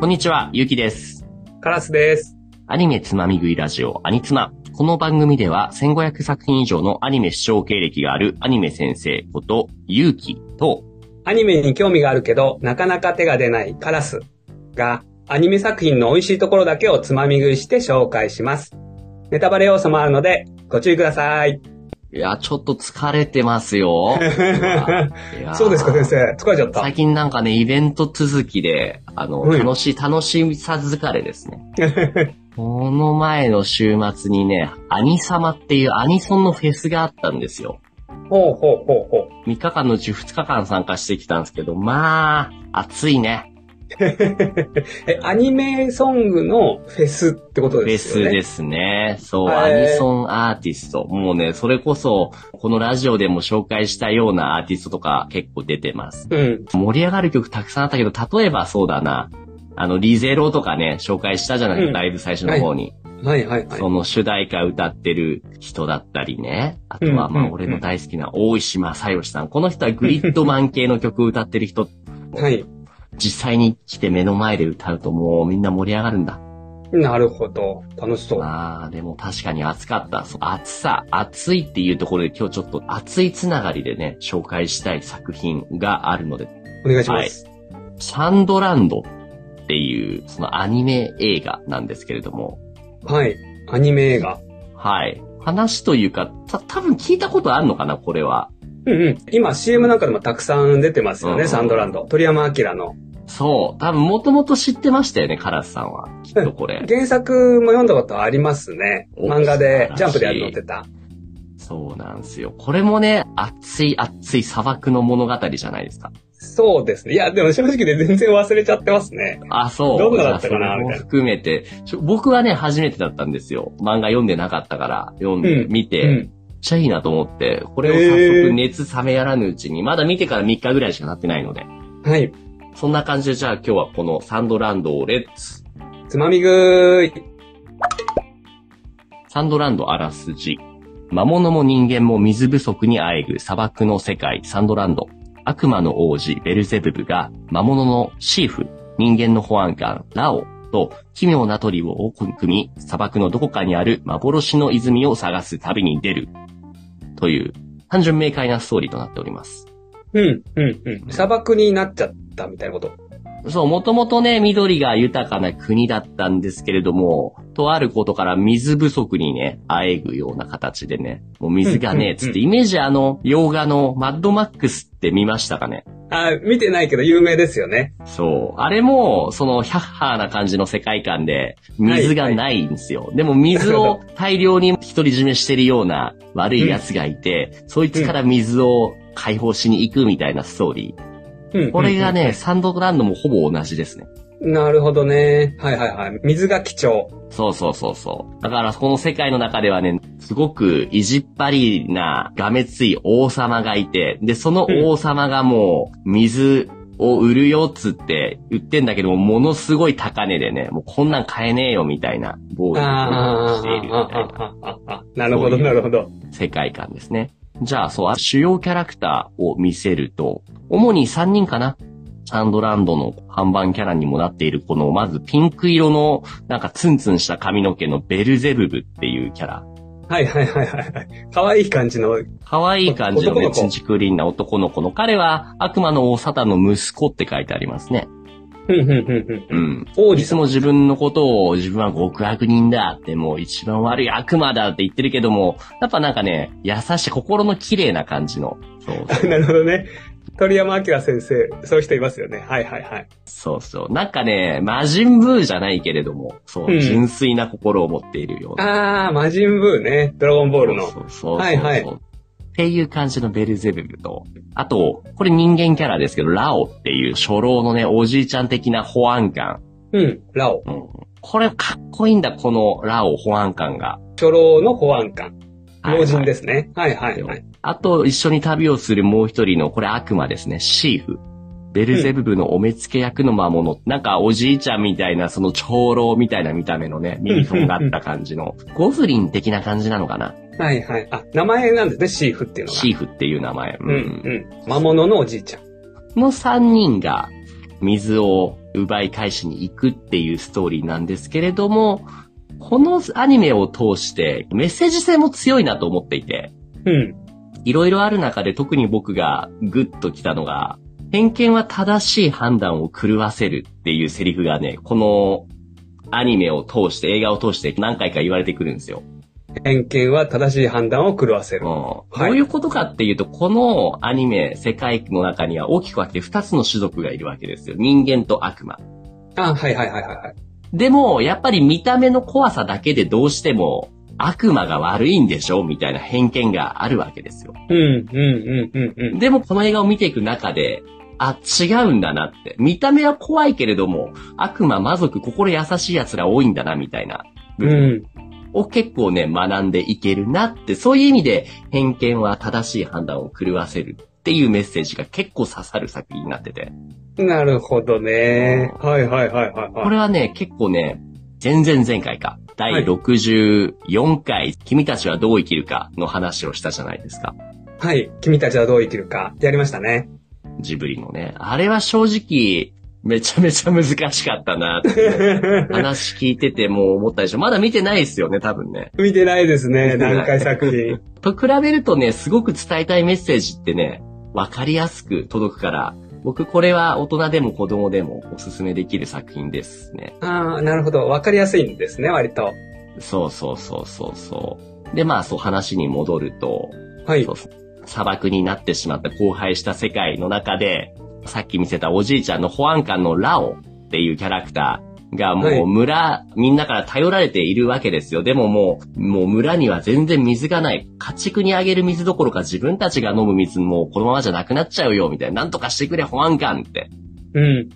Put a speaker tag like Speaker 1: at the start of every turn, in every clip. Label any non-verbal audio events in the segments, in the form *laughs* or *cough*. Speaker 1: こんにちは、ゆうきです。
Speaker 2: カラスです。
Speaker 1: アニメつまみ食いラジオ、アニツマ。この番組では、1500作品以上のアニメ視聴経歴があるアニメ先生こと、ゆうきと、
Speaker 2: アニメに興味があるけど、なかなか手が出ないカラスが、アニメ作品の美味しいところだけをつまみ食いして紹介します。ネタバレ要素もあるので、ご注意ください。
Speaker 1: いや、ちょっと疲れてますよ。いやー
Speaker 2: *laughs* そうですか、先。生。疲れちゃった。
Speaker 1: 最近なんかね、イベント続きで、あの、
Speaker 2: うん
Speaker 1: 楽しい、楽しさ疲れですね。この前の週末にね、アニサマっていうアニソンのフェスがあったんですよ。
Speaker 2: *laughs* ほうほうほうほう。 *laughs*
Speaker 1: 3日間のうち2日間参加してきたんですけど、まあ、暑いね。
Speaker 2: え、アニメソングのフェスってこと
Speaker 1: フェ
Speaker 2: です
Speaker 1: ス
Speaker 2: よね。
Speaker 1: ですね。そう、
Speaker 2: へー
Speaker 1: アニソンアーティスト。もうね、それこそ、このラジオでも紹介したようなアーティストとか結構出てます。
Speaker 2: うん。
Speaker 1: 盛り上がる曲たくさんあったけど、例えばそうだな。あの、リゼロとかね、紹介したじゃないですか、
Speaker 2: うん
Speaker 1: だいぶ最初の方に。
Speaker 2: はいはいはい。
Speaker 1: その主題歌歌ってる人だったりね。あとは、
Speaker 2: うん
Speaker 1: ま
Speaker 2: う
Speaker 1: あ、
Speaker 2: ん
Speaker 1: 俺の大好きな大石正義さん。この人はグリッドマン系の曲歌ってる人
Speaker 2: *laughs* はい。
Speaker 1: 実際に来て目の前で歌うともうみんな盛り上がるんだ。
Speaker 2: なるほど。楽しそう。
Speaker 1: まあ、でも確かに暑かった。そう暑さ、暑いっていうところで今日ちょっと暑いつながりでね、紹介したい作品があるので、
Speaker 2: お願いします。
Speaker 1: サンドランドっていうそのアニメ映画なんですけれども、
Speaker 2: はい。アニメ映画。
Speaker 1: はい。話というか、た、多分聞いたことあるのかな、これは。
Speaker 2: うんうん。今 CM なんかでもたくさん出てますよ
Speaker 1: う
Speaker 2: ね、
Speaker 1: ん
Speaker 2: サンドランド。鳥山明の。
Speaker 1: そう。多分もともと知ってましたよね、カラスさんは。きっとこ
Speaker 2: *laughs*
Speaker 1: れ。
Speaker 2: 原作も読んだことありますね。
Speaker 1: お
Speaker 2: 漫画で
Speaker 1: 素晴らしい
Speaker 2: ジャンプでやるのってた。
Speaker 1: そうなんですよ。これもね、暑い暑い砂漠の物語じゃないですか。
Speaker 2: そうですね。いや、でも正直で全然忘れちゃってますね。
Speaker 1: あ、そう。
Speaker 2: どんなだったかな
Speaker 1: じゃあそれも
Speaker 2: みたいな
Speaker 1: 含めて、ちょ僕はね、初めてだったんですよ。漫画読んでなかったから、読んで、
Speaker 2: うん
Speaker 1: 見て、
Speaker 2: う
Speaker 1: めっ
Speaker 2: ん。
Speaker 1: ちゃいいなと思って、これを早速熱冷めやらぬうちに、まだ見てから3日ぐらいしかなってないので、
Speaker 2: はい。
Speaker 1: そんな感じで、じゃあ今日はこのサンドランドをレッツ、
Speaker 2: つまみ食い。
Speaker 1: サンドランドあらすじ。魔物も人間も水不足にあえぐ砂漠の世界、サンドランド。悪魔の王子、ベルゼブブが、魔物のシーフ、人間の保安官、ラオと、奇妙な鳥を組み、砂漠のどこかにある幻の泉を探す旅に出る。という、単純明快なストーリーとなっております。
Speaker 2: うん、うん、うん。砂漠になっちゃったみたいなこと。
Speaker 1: そう、もともとね、緑が豊かな国だったんですけれども、とあることから水不足にね、あえぐような形でね、もう水がね
Speaker 2: う、ん
Speaker 1: つって、イメージあの、洋画のマッドマックスって見ましたかね
Speaker 2: あ、見てないけど有名ですよね。
Speaker 1: そう。あれも、その、ヒャッハーな感じの世界観で、水がないんですよ。でも水
Speaker 2: *laughs*
Speaker 1: を大量に独り占めしてるような悪い奴がいて、そいつから水を解放しに行くみたいなストーリー。
Speaker 2: うん。
Speaker 1: これがね、サンドランドもほぼ同じですね。
Speaker 2: うん。なるほどね。はいはいはい。水が貴重。
Speaker 1: そうそうそうそう。だから、この世界の中ではね、すごく意地っ張りな、がめつい王様がいて、で、その王様がもう、水を売るよっつって言ってんだけども、ものすごい高値でね、もうこんなん買えねえよみたいな、暴力を
Speaker 2: あ
Speaker 1: し
Speaker 2: ー
Speaker 1: ているみたいな
Speaker 2: あー、あーあーあーあーなるほど、なるほど。
Speaker 1: 世界観ですね。じゃあ、そう、主要キャラクターを見せると、主に3人かなサンドランドの看板キャラにもなっている、この、まずピンク色の、なんかツンツンした髪の毛のベルゼブブっていうキャラ。
Speaker 2: はいはいはいはいはい。可愛い感じの、
Speaker 1: 可愛い感じの
Speaker 2: 男
Speaker 1: め
Speaker 2: の子
Speaker 1: ちんちクリーンな男の子の、彼は悪魔の王サタンの息子って書いてありますね。
Speaker 2: ふんふんふんふん。
Speaker 1: うん。
Speaker 2: 王
Speaker 1: い
Speaker 2: 子
Speaker 1: つ
Speaker 2: 様。
Speaker 1: も自分のことを自分は極悪人だってもう一番悪い悪魔だって言ってるけども、やっぱなんかね、優しい心の綺麗な感じの、そうそう
Speaker 2: *laughs* *laughs* なるほどね。鳥山明先生、そういう人いますよね。はいはいはい。
Speaker 1: そうそう。なんかね、魔人ブーじゃないけれども、そう、
Speaker 2: うん
Speaker 1: 純粋な心を持っているような。
Speaker 2: あー、魔人ブーね。ドラゴンボールの。
Speaker 1: そうそうそうそう。
Speaker 2: はいはい
Speaker 1: っていう感じのベルゼブブと、あと、これ人間キャラですけど、ラオっていう初老のね、おじいちゃん的な保安官。
Speaker 2: うん、ラオ。
Speaker 1: うんこれかっこいいんだ、このラオ保安官が。
Speaker 2: 初老の保安官。
Speaker 1: はいはい
Speaker 2: 老人ですね。はいはいはい。
Speaker 1: あと、一緒に旅をするもう一人の、これ悪魔ですね、シーフ。ベルゼブブのお目付け役の魔物、なんかおじいちゃんみたいな、その長老みたいな見た目のね、耳とんがった感じの、ゴブリン的な感じなのかな
Speaker 2: はいはい。あ、名前なんですね、シーフっていうのが。
Speaker 1: シーフっていう名前。う
Speaker 2: うん
Speaker 1: ん
Speaker 2: うん。魔物のおじいちゃん。
Speaker 1: の三人が、水を奪い返しに行くっていうストーリーなんですけれども、このアニメを通してメッセージ性も強いなと思っていて、
Speaker 2: うん。
Speaker 1: いろいろある中で特に僕がグッときたのが、偏見は正しい判断を狂わせるっていうセリフがね、このアニメを通して、映画を通して何回か言われてくるんですよ。
Speaker 2: 偏見は正しい判断を狂わせ
Speaker 1: うん
Speaker 2: る。
Speaker 1: ど
Speaker 2: いう
Speaker 1: いうことかっていうと、このアニメ、世界の中には大きく分けて2つの種族がいるわけですよ。人間と悪魔。
Speaker 2: あ、はいはいはいはいはい。
Speaker 1: でも、やっぱり見た目の怖さだけでどうしても悪魔が悪いんでしょみたいな偏見があるわけですよ。
Speaker 2: うん、うん、うん、うん、うん。
Speaker 1: でもこの映画を見ていく中で、あ、違うんだなって。見た目は怖いけれども、悪魔、魔族、心優しい奴ら多いんだな、みたいな部
Speaker 2: う
Speaker 1: 分
Speaker 2: ん。
Speaker 1: を結構ね、学んでいけるなって、そういう意味で、偏見は正しい判断を狂わせるっていうメッセージが結構刺さる作品になってて。
Speaker 2: なるほどね。はいはいはいはい、
Speaker 1: こ
Speaker 2: は
Speaker 1: れはね、結構ね、前々前回か、第64回、君たちはどう生きるかの話をしたじゃないですか。
Speaker 2: い。はい。君たちはどう生きるか。やりましたね。
Speaker 1: ジブリのね。あれは正直、めちゃめちゃ難しかったなっていう話聞いててもう思ったでしょ。まだ見てないですよね、多分ね。
Speaker 2: *laughs* 見てないですね。
Speaker 1: 見てない
Speaker 2: 何回作品。
Speaker 1: と比べるとね、すごく伝えたいメッセージってね、わかりやすく届くから、僕これは大人でも子供でもおすすめできる作品ですね。
Speaker 2: *laughs* ああ、なるほど。わかりやすいんですね、割と。
Speaker 1: そうそうそうそうそう。で、まあそう話に戻ると、
Speaker 2: はい
Speaker 1: そ。う砂漠になってしまった荒廃した世界の中で、さっき見せたおじいちゃんの保安官のラオっていうキャラクターが
Speaker 2: は
Speaker 1: も
Speaker 2: いう
Speaker 1: 村、みんなから頼られているわけですよ。でももう、もう村には全然水がない。家畜にあげる水どころか自分たちが飲む水もうこのままじゃなくなっちゃうよ、みたいな。なんとかしてくれ、保安官って。
Speaker 2: うん、うん、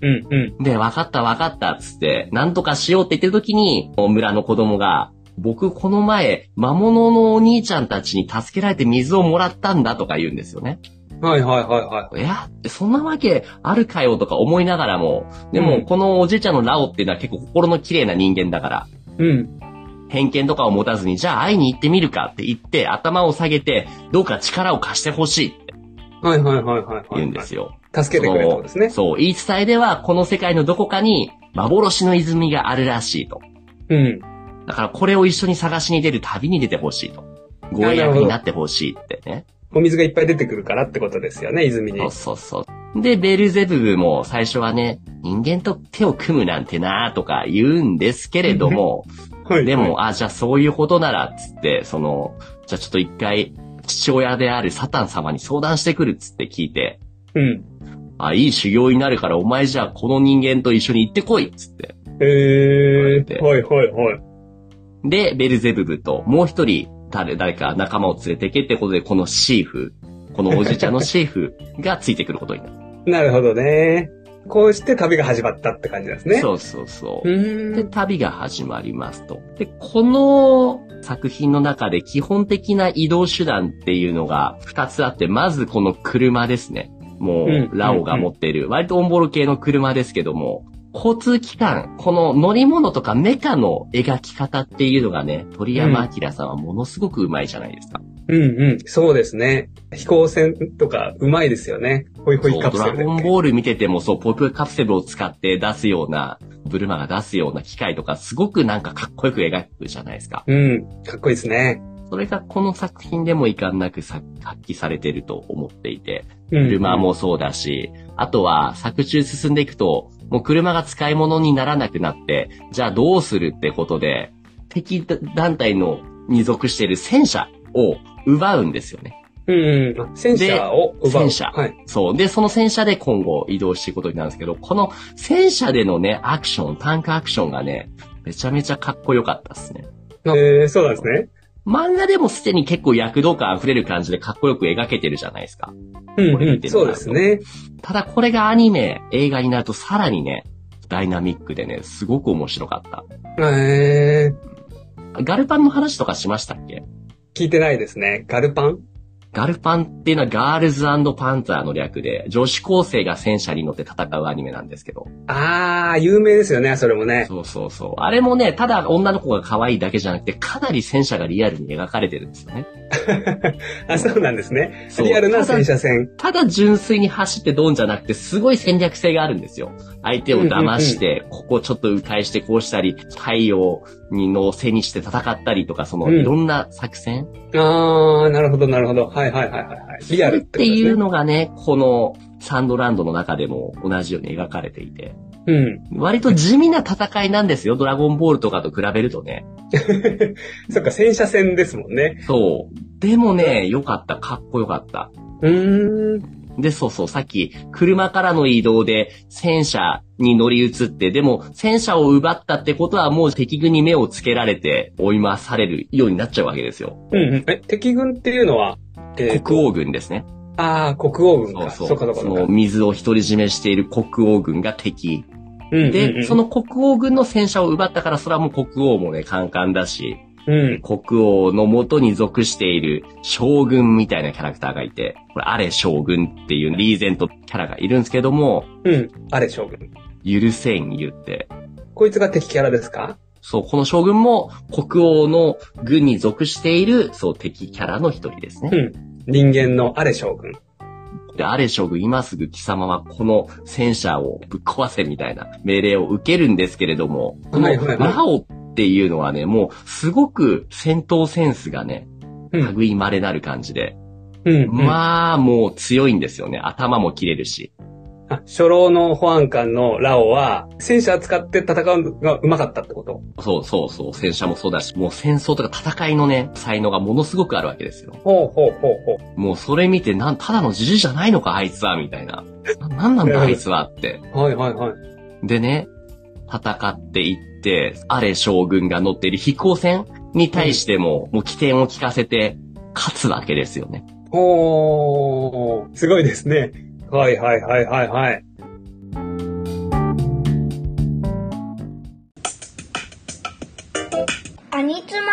Speaker 2: うん。
Speaker 1: で、わかったわかった、つって、なんとかしようって言ってる時に、もう村の子供が、僕この前、魔物のお兄ちゃんたちに助けられて水をもらったんだとか言うんですよね。
Speaker 2: はいはいはいはい
Speaker 1: や、そんなわけあるかよとか思いながらも、で
Speaker 2: う
Speaker 1: も
Speaker 2: ん
Speaker 1: このおじいちゃんのラオっていうのは結構心の綺麗な人間だから、
Speaker 2: い。うん。
Speaker 1: 偏見とかを持たずに、じゃあ会いに行ってみるかって言って、頭を下げて、どうか力を貸してほしいって
Speaker 2: はいはいはいはい、はい。
Speaker 1: 言うんですよ。
Speaker 2: 助けてくれたんですね。
Speaker 1: そう、言い伝えでは、この世界のどこかに幻の泉があるらしいと。
Speaker 2: うん。
Speaker 1: だからこれを一緒に探しに出る旅に出てほしいと。ご
Speaker 2: な
Speaker 1: 縁
Speaker 2: るほ
Speaker 1: 役
Speaker 2: ど
Speaker 1: になってほしいってね。
Speaker 2: お水がいっぱい出てくるからってことですよね、泉に。
Speaker 1: そうそうそう。で、ベルゼブブも最初はね、人間と手を組むなんてなとか言うんですけれども、
Speaker 2: *laughs* はい
Speaker 1: で、も、あ、じゃあそういうことなら、つって、その、じゃあちょっと一回、父親であるサタン様に相談してくるっつって聞いて、
Speaker 2: うん。
Speaker 1: あ、いい修行になるからお前じゃあこの人間と一緒に行ってこいっつって。
Speaker 2: えー、はいはいはい。
Speaker 1: で、ベルゼブブともう一人、誰、誰か仲間を連れてけってことで、このシーフ、このおじちゃんのシーフがついてくることになる。
Speaker 2: なるほどね。こうして旅が始まったって感じです *laughs* ね。
Speaker 1: そうそうそう。
Speaker 2: う
Speaker 1: で、
Speaker 2: ーん。
Speaker 1: 旅が始まりますと。で、この作品の中で基本的な移動手段っていうのが2つあって、まずこの車ですね。も
Speaker 2: うん
Speaker 1: う、ラオが持っている、割とオンボロ系の車ですけども、交通機関、この乗り物とかメカの描き方っていうのがね、鳥山明さんはものすごくうまいじゃないですか。
Speaker 2: うんうん。そうですね。飛行船とか、うまいですよね。ホイホ
Speaker 1: そ
Speaker 2: イ
Speaker 1: う
Speaker 2: カプ
Speaker 1: ド
Speaker 2: セ
Speaker 1: ラ
Speaker 2: ルだ
Speaker 1: ゴ
Speaker 2: っ
Speaker 1: ン
Speaker 2: け
Speaker 1: ボール見ててもそう、ポイプカプセルを使って出すような、ブルマが出すような機械とか、すごくなんかかっこよく描くじゃないですか。
Speaker 2: うん。かっこいいですね。
Speaker 1: それがこの作品でも遺憾なくさ発揮されてると思っていて、
Speaker 2: うん。
Speaker 1: 車。もそうだし、あとは作中進んでいくと、もう車が使い物にならなくなって、じゃあどうするってことで、敵団体のに属している戦車を奪うんですよね。
Speaker 2: うん、うん。戦車を奪う。
Speaker 1: 戦車
Speaker 2: はい。
Speaker 1: そう。で、その戦車で今後移動していくことになるんですけど、この戦車でのね、アクション、タンクアクションがね、めちゃめちゃかっこよかったですね。
Speaker 2: えー、そうなんですね。
Speaker 1: 漫画でもすでに結構躍動感溢れる感じでかっこよく描けてるじゃないですか。
Speaker 2: う
Speaker 1: こ
Speaker 2: ん、
Speaker 1: れ
Speaker 2: う
Speaker 1: 見
Speaker 2: ん。
Speaker 1: てる
Speaker 2: そうですね。
Speaker 1: ただこれがアニメ、映画になるとさらにね、ダイナミックでね、すごく面白かっ
Speaker 2: えー、
Speaker 1: た。ガルパンの話とかしましたっけ
Speaker 2: 聞いてないですね。ガルパン
Speaker 1: ガルパンっていうのはガールズパンツァーの略で、女子高生が戦車に乗って戦うアニメなんですけど。
Speaker 2: あー、有名ですよね、それもね。
Speaker 1: そうそうそう。あれもね、ただ女の子が可愛いだけじゃなくて、かなり戦車がリアルに描かれてるんですよね。
Speaker 2: あ、そうなんですね。
Speaker 1: そう
Speaker 2: リアルな
Speaker 1: ただ
Speaker 2: 戦車戦。
Speaker 1: ただ純粋に走ってドンじゃなくて、すごい戦略性があるんですよ。相手を騙して、ここちょっと迂回してこうしたり、太陽にの背にして戦ったりとか、その
Speaker 2: うん
Speaker 1: いろんな作戦、
Speaker 2: あー、なるほど、なるほど。はいはいはいはいはい。リアルっ
Speaker 1: って
Speaker 2: てことです
Speaker 1: い
Speaker 2: ね
Speaker 1: う。のがね、このサンドランドの中でも同じように描かれていて、
Speaker 2: うん。
Speaker 1: 割と地味な戦いなんですよ。ドラゴンボールとかと比べるとね。
Speaker 2: *laughs* そっか、戦車戦ですもんね。
Speaker 1: そう。でもね、良かった。かっこよかった。
Speaker 2: うーん。
Speaker 1: で、そうそう、さっき、車からの移動で戦車に乗り移って、でも戦車を奪ったってことはもう敵軍に目をつけられて追い回されるようになっちゃうわけですよ。
Speaker 2: うんうん。え、敵軍っていうのは、えー
Speaker 1: 国王軍ですね。
Speaker 2: あー、国王軍
Speaker 1: そ
Speaker 2: か。
Speaker 1: う
Speaker 2: そ
Speaker 1: そうう。
Speaker 2: かそうか
Speaker 1: そ
Speaker 2: そうか
Speaker 1: の。水を独り占めしている国王軍が敵。
Speaker 2: うんうんうん
Speaker 1: で、そ、の国王軍の戦車を奪ったから、それはもう国王もね、カンカンだし、
Speaker 2: うん。
Speaker 1: 国王の元に属している将軍みたいなキャラクターがいて、これ、アレ将軍っていうリーゼントキャラがいるんですけども、
Speaker 2: うん。あれ、将軍。
Speaker 1: 許せん言って、
Speaker 2: こいつが敵キャラですか
Speaker 1: そう、この将軍も国王の軍に属している、そう、敵キャラの一人です
Speaker 2: う
Speaker 1: ね。
Speaker 2: ん。人間のあれ将軍。
Speaker 1: で、アレ将軍、今すぐ貴様はこの戦車をぶっ壊せみたいな命令を受けるんですけれども、こ
Speaker 2: は
Speaker 1: の
Speaker 2: いはいはい
Speaker 1: ラオっていうのはね、もうすごく戦闘センスがね、
Speaker 2: うん。
Speaker 1: 類まれなる感じで、
Speaker 2: うん。あ。
Speaker 1: まあ、もう強いんですよね。頭も切れるし。
Speaker 2: 初老の保安官のラオは、戦車使って戦うのが上手かったってこと
Speaker 1: そうそうそう、戦車もそうだし、もう戦争とか戦いのね、才能がものすごくあるわけですよ。
Speaker 2: ほうほうほうほう。
Speaker 1: もうそれ見て、なん、ただのじじいじゃないのか、あいつは、みたいな。な、なんなんだ、あいつは、って。
Speaker 2: はいはいはい。
Speaker 1: でね、戦っていって、アレ将軍が乗っている飛行船に対しても、もう起点を聞かせて、勝つわけですよね。
Speaker 2: おー、すごいですね。はいはいはいはいはい。
Speaker 3: アニツマ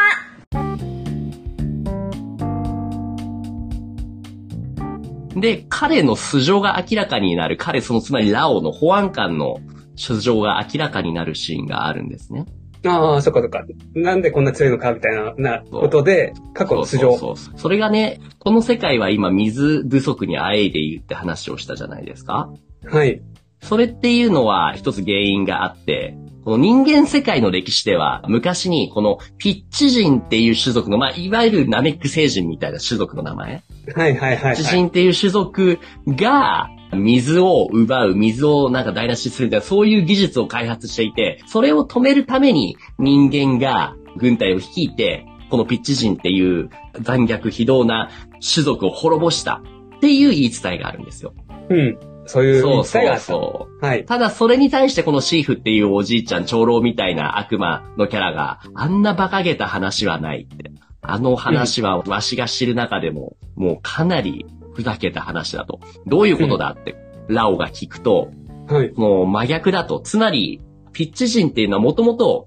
Speaker 1: で、彼の素性が明らかになる、彼、そのつまりラオの保安官の素性が明らかになるシーンがあるんですね。
Speaker 2: ああ、そっかそっか。なんでこんな強いのかみたいな、な、
Speaker 1: そう
Speaker 2: ことで、過去の素性。
Speaker 1: そうそうそう。それがね、この世界は今水不足にあえいでいるって話をしたじゃないですか。
Speaker 2: はい。
Speaker 1: それっていうのは一つ原因があって、この人間世界の歴史では、昔にこのピッチ人っていう種族の、まあ、いわゆるナメック星人みたいな種族の名前、
Speaker 2: はいはいはい、
Speaker 1: ピッチ
Speaker 2: はい。
Speaker 1: 人っていう種族が、水を奪う、水をなんか台無しにするみたいな、そういう技術を開発していて、それを止めるために人間が軍隊を率いて、このピッチ人っていう残虐非道な種族を滅ぼしたっていう言い伝えがあるんですよ。
Speaker 2: うん。そういう
Speaker 1: そう
Speaker 2: 伝えが
Speaker 1: そう
Speaker 2: あ
Speaker 1: そ
Speaker 2: った。
Speaker 1: う。
Speaker 2: はい。
Speaker 1: ただそれに対してこのシーフっていうおじいちゃん、長老みたいな悪魔のキャラがあんな馬鹿げた話はないって。あの話はわしが知る中でも、もうかなりふざけた話だと。どういうことだって、ラオが聞くと、
Speaker 2: はい。
Speaker 1: もう真逆だと。つまり、ピッチ人っていうのはもともと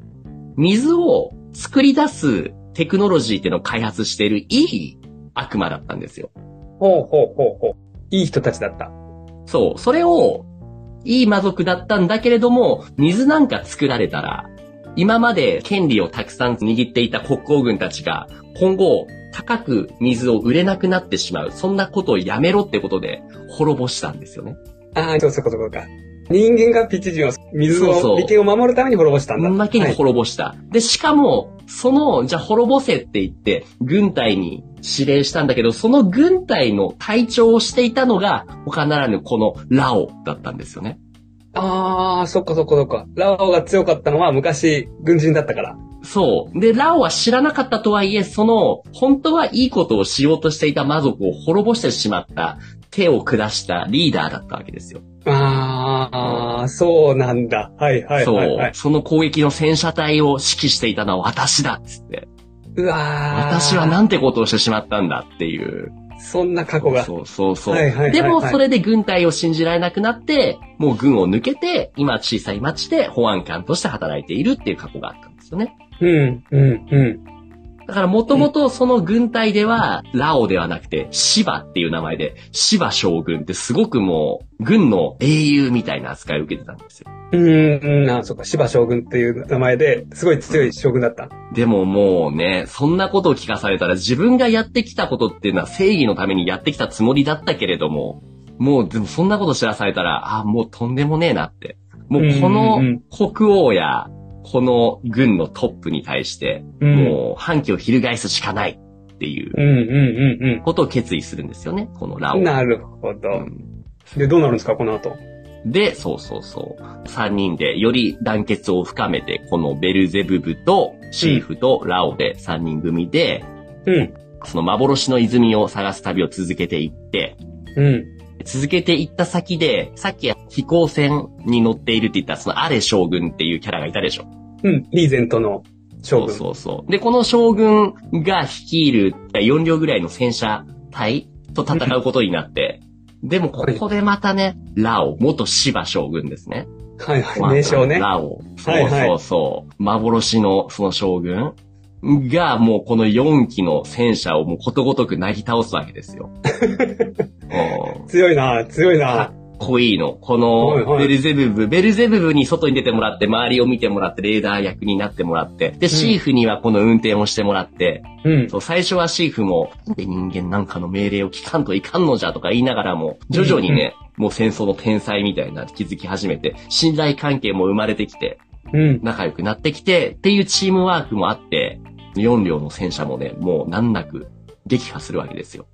Speaker 1: 水を作り出すテクノロジーっていうのを開発しているいい悪魔だったんですよ。
Speaker 2: ほうほうほうほう。いい人たちだった。
Speaker 1: そう。それを、いい魔族だったんだけれども、水なんか作られたら、今まで権利をたくさん握っていた国王軍たちが、今後、高く水を売れなくなってしまう。そんなことをやめろってことで、滅ぼしたんですよね。
Speaker 2: ああ、そうそうかそうか。人間がピッチ人を、水
Speaker 1: そうそ
Speaker 2: を、
Speaker 1: う
Speaker 2: 利権を守るために滅ぼしたんだ。
Speaker 1: 負けに
Speaker 2: はい
Speaker 1: 滅ぼした。で、しかも、その、じゃあ滅ぼせって言って、軍隊に指令したんだけど、その軍隊の隊長をしていたのが、他ならぬこのラオだったんですよね。
Speaker 2: ああ、そっかそっかそっか。ラオが強かったのは昔、軍人だったから。
Speaker 1: そう。で、ラオは知らなかったとはいえ、その、本当はいいことをしようとしていた魔族を滅ぼしてしまった、手を下したリーダーだったわけですよ。
Speaker 2: ああ、そうなんだ。はいはいはい、はい。
Speaker 1: そう。その攻撃の戦車隊を指揮していたのは私だっつって。
Speaker 2: うわー
Speaker 1: 私はなんてことをしてしまったんだっていう。
Speaker 2: そんな過去が。
Speaker 1: そうそうそう。
Speaker 2: はいはいはいはい
Speaker 1: でも、それで軍隊を信じられなくなって、もう軍を抜けて、今小さい町で保安官として働いているっていう過去があったんですよね。
Speaker 2: うん、うん、うん。
Speaker 1: だからもともとその軍隊では、ラオではなくて、シバっていう名前で、シバ将軍ってすごくもう、軍の英雄みたいな扱いを受けてたんですよ。
Speaker 2: うーん、あ、そっか、芝将軍っていう名前で、すごい強い将軍だった。
Speaker 1: でももうね、そんなことを聞かされたら自分がやってきたことっていうのは正義のためにやってきたつもりだったけれども、もうでもそんなこと知らされたら、あ、もうとんでもねえなって。もうこ
Speaker 2: うんうん
Speaker 1: の国王や、この軍のトップに対して、
Speaker 2: うん。
Speaker 1: もう反旗を翻すしかないっていう
Speaker 2: うん、うん、うん、
Speaker 1: ことを決意するんですよね、このラ
Speaker 2: う
Speaker 1: オ
Speaker 2: ん。
Speaker 1: ウ。
Speaker 2: なるほ
Speaker 1: う
Speaker 2: ど。
Speaker 1: ん
Speaker 2: で、どうなるんですか、この後。
Speaker 1: で、そうそうそう。三人でより団結を深めて、このベルゼブブとシーフとラオで三人組で、
Speaker 2: うん、
Speaker 1: その幻の泉を探す旅を続けていって、
Speaker 2: うん、
Speaker 1: 続けていった先で、さっき飛行船に乗っているって言ったそのアレ将軍っていうキャラがいたでしょ。
Speaker 2: うん。リーゼントの将軍。
Speaker 1: そうそうそう。で、この将軍が率いる4両ぐらいの戦車隊と戦うことになって、でもここでまたね、ラオ、元芝将軍ですね。
Speaker 2: はいはい、名称ね。
Speaker 1: ラオ。そ
Speaker 2: はいうはい
Speaker 1: そうそう。幻のその将軍がもうこの4機の戦車をもうことごとくなぎ倒すわけ
Speaker 2: *laughs*
Speaker 1: ですよ。うん
Speaker 2: 強いな、強いな。
Speaker 1: 濃いの。こ
Speaker 2: はいは
Speaker 1: の
Speaker 2: い
Speaker 1: ベルゼブブ、ベルゼブブに外に出てもらって、周りを見てもらって、レーダー役になってもらって、で、シーフにはこの運転をしてもらって、
Speaker 2: うん。
Speaker 1: そう、最初はシーフも、なんで人間なんかの命令を聞かんといかんのじゃとか言いながらも、徐々にね、もう戦争の天才みたいな気づき始めて、信頼関係も生まれてきて、
Speaker 2: うん。
Speaker 1: 仲良くなってきて、っていうチームワークもあって、4両の戦車もね、もう難なく撃破するわけですよ。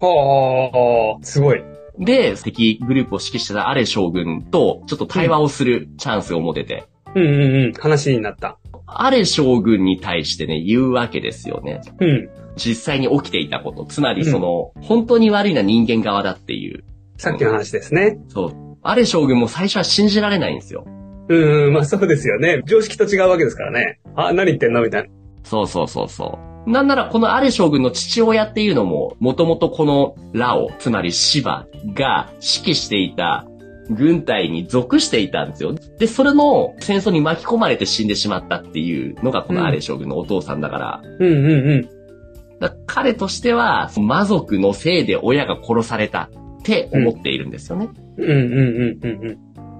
Speaker 2: はあ、すごい。
Speaker 1: で、敵グループを指揮してたアレ将軍と、ちょっと対話をするチャンスを持てて、
Speaker 2: うんうんうん。話になった。
Speaker 1: アレ将軍に対してね、言うわけですよね。
Speaker 2: うん。
Speaker 1: 実際に起きていたこと。つまりその、本当に悪いのは人間側だっていう。
Speaker 2: さっきの話ですね。
Speaker 1: そう。アレ将軍も最初は信じられないんですよ。
Speaker 2: うん、うん、まあそうですよね。常識と違うわけですからね。あ、何言ってんのみたいな。
Speaker 1: そうそうそうそう。なんなら、このアレ将軍の父親っていうのも、もともとこのラオ、つまりシバが指揮していた軍隊に属していたんですよ。で、それの戦争に巻き込まれて死んでしまったっていうのがこのアレ将軍のお父さんだから、
Speaker 2: うんうんうん。
Speaker 1: だから彼としては、魔族のせいで親が殺されたって思っているんですよね。
Speaker 2: うんうんうんうん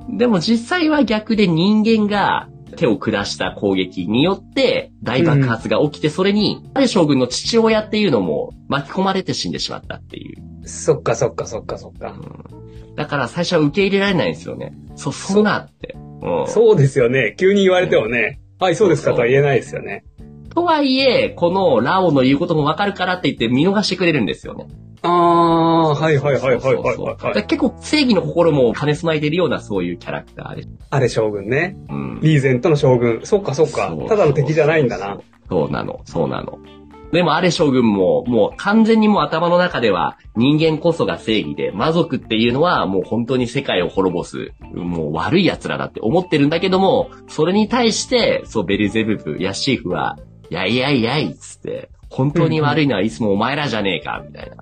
Speaker 2: うん。
Speaker 1: でも実際は逆で人間が手を下した攻撃によって大爆発が起きて、それに、ある将軍の父親っていうのも巻き込まれて死んでしまったっていう。
Speaker 2: そっかそっかそっかそっか。
Speaker 1: うんだから最初は受け入れられないんですよね。そ、そんなって。うん
Speaker 2: そうですよね。急に言われてもね。はい、そうですかとは言えないですよね。
Speaker 1: とはいえ、このラオの言うこともわかるからって言って見逃してくれるんですよね。
Speaker 2: ああ、はいはいはいはい
Speaker 1: そう
Speaker 2: は
Speaker 1: そう
Speaker 2: い
Speaker 1: そうだ
Speaker 2: は
Speaker 1: か
Speaker 2: いは
Speaker 1: ら
Speaker 2: い。
Speaker 1: 結構正義の心も兼ね備えているようなそういうキャラクターで。
Speaker 2: あれ将軍ね。
Speaker 1: うん
Speaker 2: リーゼントの将軍。そっかそっか
Speaker 1: そう。
Speaker 2: ただの敵じゃないんだな。。
Speaker 1: そうなの、そうなの。でも、あれ将軍も、もう完全にもう頭の中では、人間こそが正義で、魔族っていうのはもう本当に世界を滅ぼす、もう悪い奴らだって思ってるんだけども、それに対して、そう、ベルゼブブ、ヤシーフは、やいやいやいっつって、本当に悪いのはいつもお前らじゃねえか、みたいな。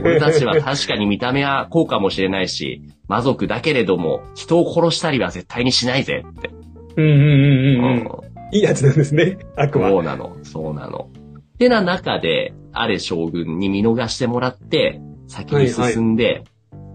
Speaker 1: 俺たちは確かに見た目はこうかもしれないし、魔族だけれども、人を殺したりは絶対にしないぜって。
Speaker 2: うんうんうんうんうん
Speaker 1: う。ん
Speaker 2: いいやつなんですね。悪魔。
Speaker 1: そうなの、そうなの。てな中で、あれ将軍に見逃してもらって、先に進んで、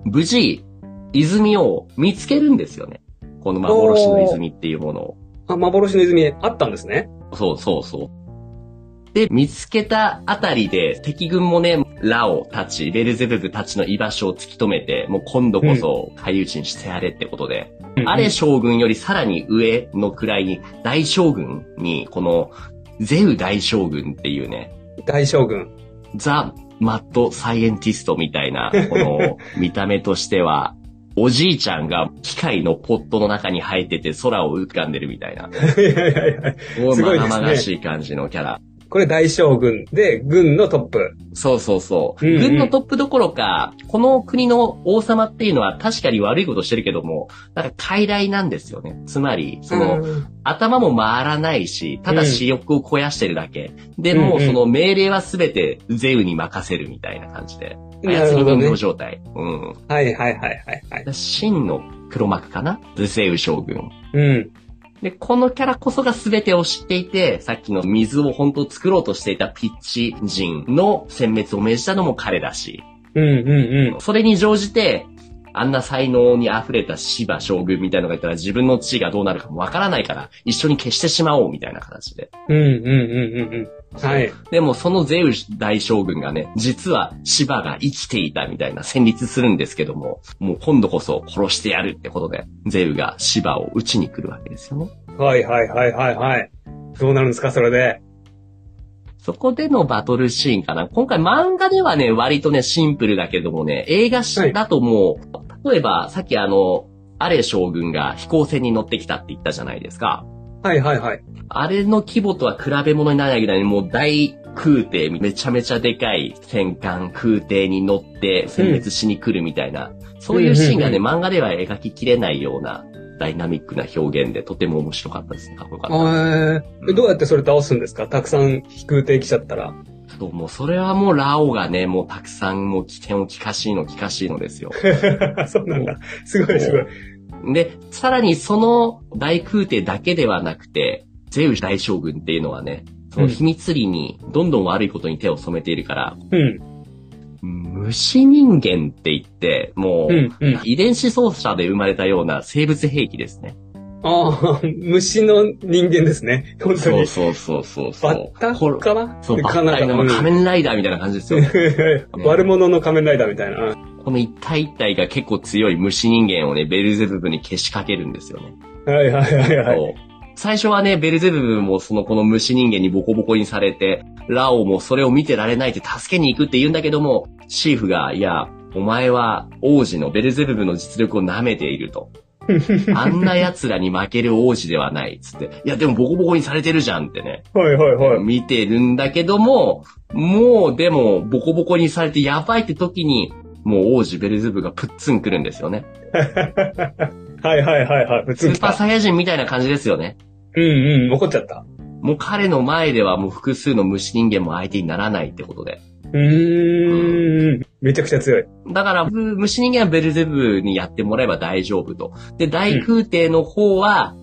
Speaker 1: 無事、泉を見つけるんですよね。この幻の泉っていうものを。
Speaker 2: あ、幻の泉あったんですね。
Speaker 1: そうそうそう。で、見つけたあたりで、敵軍もね、ラオたち、ベルゼブブたちの居場所を突き止めて、もう今度こそ、海討ちにしてやれってことで、あれ将軍よりさらに上の位に、大将軍に、この、ゼウ大将軍っていうね、
Speaker 2: 大将軍。 *laughs*
Speaker 1: ザ・マッド・サイエンティストみたいな、この見た目としては、おじいちゃんが機械のポットの中に入ってて空を浮かんでるみたいな、
Speaker 2: はいはいはいはい
Speaker 1: お
Speaker 2: すごいです
Speaker 1: ま
Speaker 2: ね
Speaker 1: がまがしい感じのキャラ。
Speaker 2: これ大将軍で、軍のトップ。
Speaker 1: そうそうそう。
Speaker 2: うんうん
Speaker 1: 軍のトップどころか、この国の王様っていうのは確かに悪いことしてるけども、なんか傀儡なんですよね。つまり、その、
Speaker 2: うん
Speaker 1: 頭も回らないし、ただ私欲を肥やしてるだけ。で
Speaker 2: うん
Speaker 1: も、
Speaker 2: うん
Speaker 1: その命令はすべてゼウに任せるみたいな感じで。
Speaker 2: なる
Speaker 1: 操
Speaker 2: ほ
Speaker 1: り人
Speaker 2: どね
Speaker 1: 形。状態。うん。
Speaker 2: はいはいはいはいはい。
Speaker 1: 真の黒幕かなゼウ将軍。
Speaker 2: うん。
Speaker 1: で、このキャラこそが全てを知っていて、さっきの水を本当作ろうとしていたピッチ人の殲滅を命じたのも彼だし、
Speaker 2: うんうんうん。
Speaker 1: それに乗じて、あんな才能に溢れた芝将軍みたいのがいたら自分の地位がどうなるかもわからないから、一緒に消してしまおうみたいな形で。
Speaker 2: うんうんうんうんうん。はい。
Speaker 1: でもそのゼウス大将軍がね、実は芝が生きていたみたいな戦慄するんですけども、もう今度こそ殺してやるってことで、ゼウが芝を撃ちに来るわけですよね。
Speaker 2: はいはいはいはいはい。どうなるんですか、それで。
Speaker 1: そこでのバトルシーンかな。今回漫画ではね、割とね、シンプルだけどもね、映画
Speaker 2: はい
Speaker 1: だともう、例えばさっきあの、アレ将軍が飛行船に乗ってきたって言ったじゃないですか。
Speaker 2: はいはいはい。
Speaker 1: あれの規模とは比べ物にならないぐらいにもう大空挺、めちゃめちゃでかい戦艦空挺に乗って殲滅しに来るみたいな、そういうシーンがね、
Speaker 2: う
Speaker 1: 漫画では描ききれないようなダイナミックな表現でとても面白かったですね。かっこよかった。
Speaker 2: えー、どうやってそれ倒すんですかたくさん飛空艇来ちゃったら。 *laughs*
Speaker 1: そう、もうそれはもうラオがね、もうたくさんもう起点を利かしいの利かしいのです
Speaker 2: *laughs*
Speaker 1: よ。
Speaker 2: そうなんだ。すごいすごい。
Speaker 1: で、さらにその大空挺だけではなくて、ゼウス大将軍っていうのはね、その秘密裏にどんどん悪いことに手を染めているから、
Speaker 2: うん。
Speaker 1: 虫人間って言って、も
Speaker 2: う
Speaker 1: う、
Speaker 2: ん。うん。
Speaker 1: 遺伝子操作で生まれたような生物兵器ですね。
Speaker 2: ああ、虫の人間ですね。本当
Speaker 1: そう
Speaker 2: に。
Speaker 1: そうそうそうそ
Speaker 2: バ
Speaker 1: う
Speaker 2: ッ。タかな
Speaker 1: そう、バ
Speaker 2: か
Speaker 1: ッ
Speaker 2: な
Speaker 1: タイの
Speaker 2: うん
Speaker 1: 仮面ライダーみたいな感じですよ。
Speaker 2: *laughs* 悪者の仮面ライダーみたいな。
Speaker 1: この一体一体が結構強い虫人間をね、ベルゼブブにけしかけるんですよね。
Speaker 2: はいはいはいはい。
Speaker 1: そう最初はね、ベルゼブブもそのこの虫人間にボコボコにされて、ラオもそれを見てられないって助けに行くって言うんだけども、シーフが、いや、お前は王子のベルゼブブの実力を舐めている
Speaker 2: *laughs*
Speaker 1: と。あんな奴らに負ける王子ではないっつって。いや、でもボコボコにされてるじゃんってね。
Speaker 2: はいはいはい。
Speaker 1: 見てるんだけども、もうでもボコボコにされてやばいって時に、もう王子ベルゼブブがプッツン来るんです
Speaker 2: *laughs*
Speaker 1: よね。
Speaker 2: はいはいはいはい。普
Speaker 1: ス
Speaker 2: 通に
Speaker 1: ー
Speaker 2: 来
Speaker 1: パー
Speaker 2: た。
Speaker 1: サイヤ人みたいな感じですよね。
Speaker 2: うんうん、怒っちゃった。
Speaker 1: もう彼の前ではもう複数の虫人間も相手にならないってことで。
Speaker 2: うーん。めちゃくちゃ強い。
Speaker 1: だから、ぶ虫人間はベルゼブブにやってもらえば大丈夫と。で、大空挺の方は、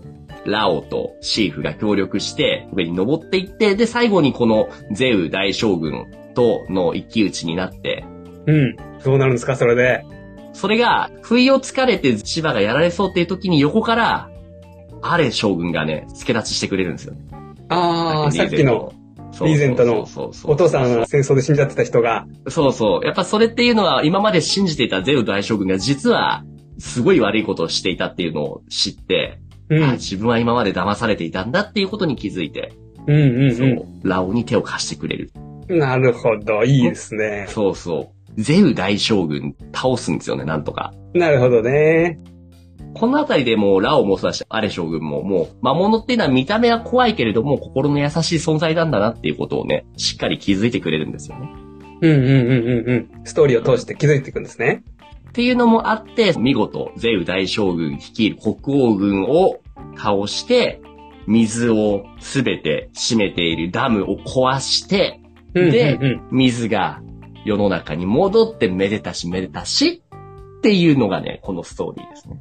Speaker 1: ラオとシーフが協力して、上に登っていって、で、最後にこのゼウ大将軍との一騎打ちになって、
Speaker 2: うん。どうなるんですか、それで。
Speaker 1: それが、不意をつかれて芝がやられそうっていう時に横から、アレ将軍がね、助立ちしてくれるんですよ。
Speaker 2: ああ、さっきの。リーゼントのお
Speaker 1: お
Speaker 2: 父さんが戦争で死んじゃってた人が。
Speaker 1: そうそう。やっぱそれっていうのは今まで信じていたゼウ大将軍が実はすごい悪いことをしていたっていうのを知って、
Speaker 2: うん。
Speaker 1: あ自分は今まで騙されていたんだっていうことに気づいて、
Speaker 2: うんうん
Speaker 1: そうう、ラオに手を貸してくれる。
Speaker 2: ん。なるほど。いいですね。
Speaker 1: そうそう。ゼウ大将軍倒すんですよね、なんとか。
Speaker 2: なるほどね。
Speaker 1: このあたりでもうラオもそうだし、アレ将軍ももう魔物っていうのは見た目は怖いけれども心の優しい存在なんだなっていうことをね、しっかり気づいてくれるんですよね。
Speaker 2: うんうんうんうんうん。ストーリーを通して気づいていくんですね。
Speaker 1: っていうのもあって、見事、ゼウ大将軍率いる北欧軍を倒して、水をすべて占めているダムを壊して、
Speaker 2: うんうん
Speaker 1: で
Speaker 2: うん、
Speaker 1: 水が世の中に戻ってめでたしめでたしっていうのがね、このストーリーですね。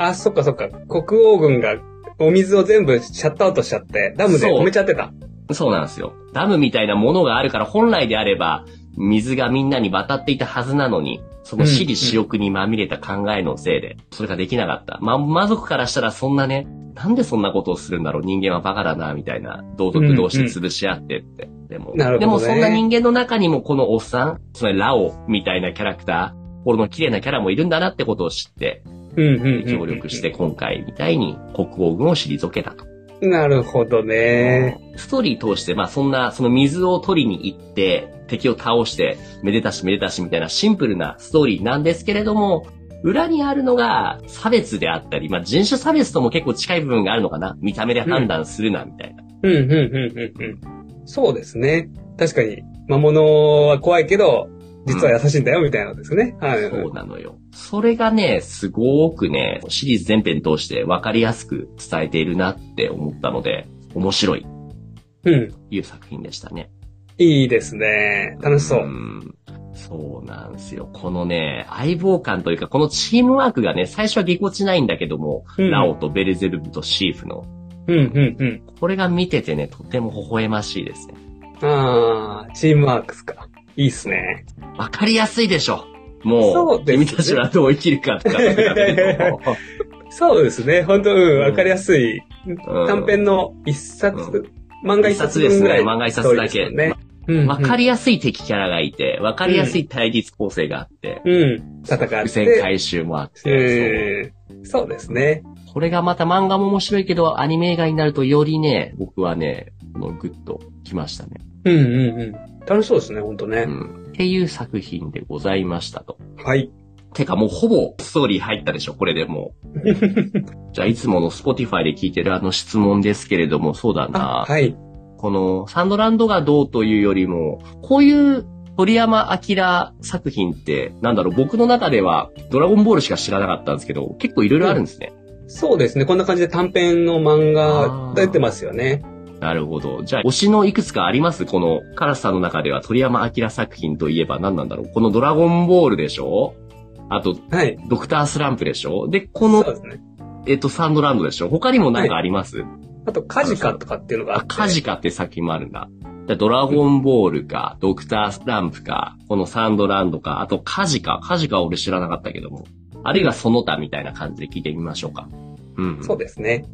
Speaker 2: あ、そっかそっか。国王軍がお水を全部シャットアウトしちゃって、ダムで
Speaker 1: そう
Speaker 2: 止めちゃってた。
Speaker 1: そうなんですよ。ダムみたいなものがあるから、本来であれば、水がみんなに渡っていたはずなのに、その私利私欲にまみれた考えのせいで、それができなかった。ま、魔族からしたらそんなね、なんでそんなことをするんだろう人間はバカだな、みたいな、道徳同士で潰し合ってって。でも、
Speaker 2: なる
Speaker 1: で
Speaker 2: ほどね
Speaker 1: もそんな人間の中にもこのおっさん、つまりラオみたいなキャラクター、心の綺麗なキャラもいるんだなってことを知って、
Speaker 2: うんうんうんうん。
Speaker 1: 協力して今回みたいに国王軍を退けたと。
Speaker 2: なるほどね。
Speaker 1: ストーリー通して、まあそんな、その水を取りに行って、敵を倒して、めでたしめでたしみたいなシンプルなストーリーなんですけれども、裏にあるのが差別であったり、まあ人種差別とも結構近い部分があるのかな。見た目で判断するな、みたいな。
Speaker 2: うんうんうんうんうん。そうですね。確かに、魔物は怖いけど、実は優しいんだよ、みたいなのですね。はい。
Speaker 1: そうなのよ。それがね、すごくね、シリーズ全編通して分かりやすく伝えているなって思ったので、面白い、
Speaker 2: うん。
Speaker 1: いう作品でしたね。
Speaker 2: いいですね。楽しそう。
Speaker 1: んそうなんですよ。このね、相棒感というか、このチームワークがね、最初はぎこちないんだけども、
Speaker 2: うん
Speaker 1: ラオとベルゼルブとシーフの、
Speaker 2: うん、うん、
Speaker 1: これが見ててね、とても微笑ましいですね。
Speaker 2: うん。ああ、チームワークスか。いいっすね。
Speaker 1: わかりやすいでしょ。も、
Speaker 2: そううですね
Speaker 1: 君たちはどう生きるかとかってだけでも
Speaker 2: そうですね。本当うん、
Speaker 1: ん
Speaker 2: わかりやすい。 *laughs*
Speaker 1: うん
Speaker 2: 短編の一冊、
Speaker 1: う
Speaker 2: 漫画
Speaker 1: 一
Speaker 2: 一
Speaker 1: 冊
Speaker 2: 冊
Speaker 1: で
Speaker 2: 分
Speaker 1: す
Speaker 2: ぐ
Speaker 1: ね。
Speaker 2: らい。
Speaker 1: 漫画一冊だ
Speaker 2: そうで
Speaker 1: け
Speaker 2: す。ねうん、
Speaker 1: わか
Speaker 2: り、
Speaker 1: りやすい敵キャラがいて、わかりやすい対立構成があって、
Speaker 2: うん、戦っ
Speaker 1: 伏線
Speaker 2: て。
Speaker 1: 回収もあって、
Speaker 2: うん、そうですね。
Speaker 1: そうこれがまた漫画も面白いけど、アニメ映画になるとよりね、僕はね、このグッときましたね。
Speaker 2: うん、うん、うん。楽しそうですね、本当ね
Speaker 1: う。ん。っていう作品でございましたと。
Speaker 2: はい。
Speaker 1: てかもうほぼストーリー入ったでしょ、これでも
Speaker 2: *laughs*
Speaker 1: う。じゃあいつもの Spotify で聞いてるあの質問ですけれども、そうだな。
Speaker 2: あ、はい。
Speaker 1: このサンドランドがどうというよりも、こういう鳥山明作品って、なんだろう、僕の中ではドラゴンボールしか知らなかったんですけど、結構いろいろあるんですね。
Speaker 2: そうですね。こんな感じで短編の漫
Speaker 1: あ
Speaker 2: 画
Speaker 1: ー
Speaker 2: 出てますよね。
Speaker 1: なるほど。じゃあ、推しのいくつかありますこのカラスさんの中では鳥山明作品といえば何なんだろうこのドラゴンボールでしょあと、
Speaker 2: はい。
Speaker 1: ドクタースランプでしょで、こ
Speaker 2: そ
Speaker 1: の
Speaker 2: う、ですね。
Speaker 1: えっと、サンドランドでしょ他にも何かあります、
Speaker 2: あと、カジカとかっていうのがあ
Speaker 1: あ、
Speaker 2: って。
Speaker 1: カジカって作品もあるんだ。じゃあドラゴンボールか、ドクタースランプか、このサンドランドか、あとカジカ。カジカは俺知らなかったけども。あるいはその他みたいな感じで聞いてみましょうか。うん。
Speaker 2: そうですね。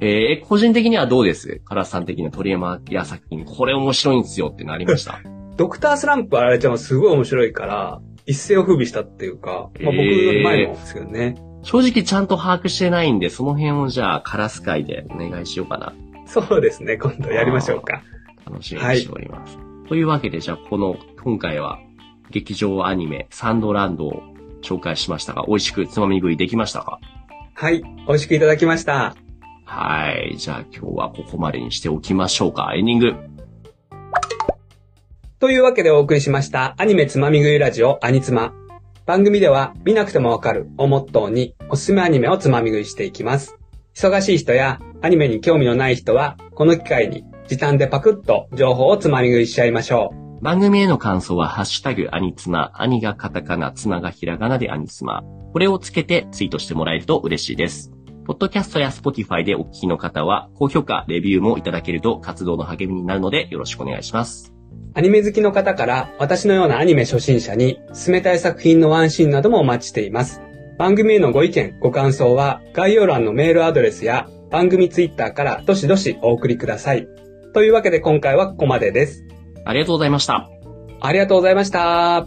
Speaker 1: えー個人的にはどうですカラスさん的な鳥山明作品、これ面白いんですよってなりま
Speaker 2: *laughs*
Speaker 1: した。
Speaker 2: ドクタースランプはあれちゃんはすごい面白いから、一世を風靡したっていうか、まあ僕の前もですけどね。
Speaker 1: 正直ちゃんと把握してないんで、その辺をじゃあカラス会でお願いしようかな。
Speaker 2: そうですね。今度やりましょうか。
Speaker 1: 楽しみにしております。というわけで、じゃあこの、今回は、劇場アニメ、サンドランドを紹介しましたが、美味しくつまみ食いできましたか
Speaker 2: はい。美味しくいただきました。
Speaker 1: はい。じゃあ今日はここまでにしておきましょうか。エンディング。
Speaker 2: というわけでお送りしましたアニメつまみ食いラジオアニツマ。番組では見なくてもわかるをモットーにおすすめアニメをつまみ食いしていきます。忙しい人やアニメに興味のない人はこの機会に時短でパクッと情報をつまみ食いしちゃいましょう。
Speaker 1: 番組への感想は、ハッシュタグ、アニツマ、アニがカタカナ、ツマがひらがなでアニツマ。これをつけてツイートしてもらえると嬉しいです。ポッドキャストや Spotify でお聞きの方は、高評価、レビューもいただけると活動の励みになるので、よろしくお願いします。
Speaker 2: アニメ好きの方から私のようなアニメ初心者に進めたい作品のワンシーンなどもお待ちしています。番組へのご意見、ご感想は概要欄のメールアドレスや番組ツイッターからどしどしお送りください。というわけで今回はここまでです。
Speaker 1: ありがとうございました。
Speaker 2: ありがとうございました。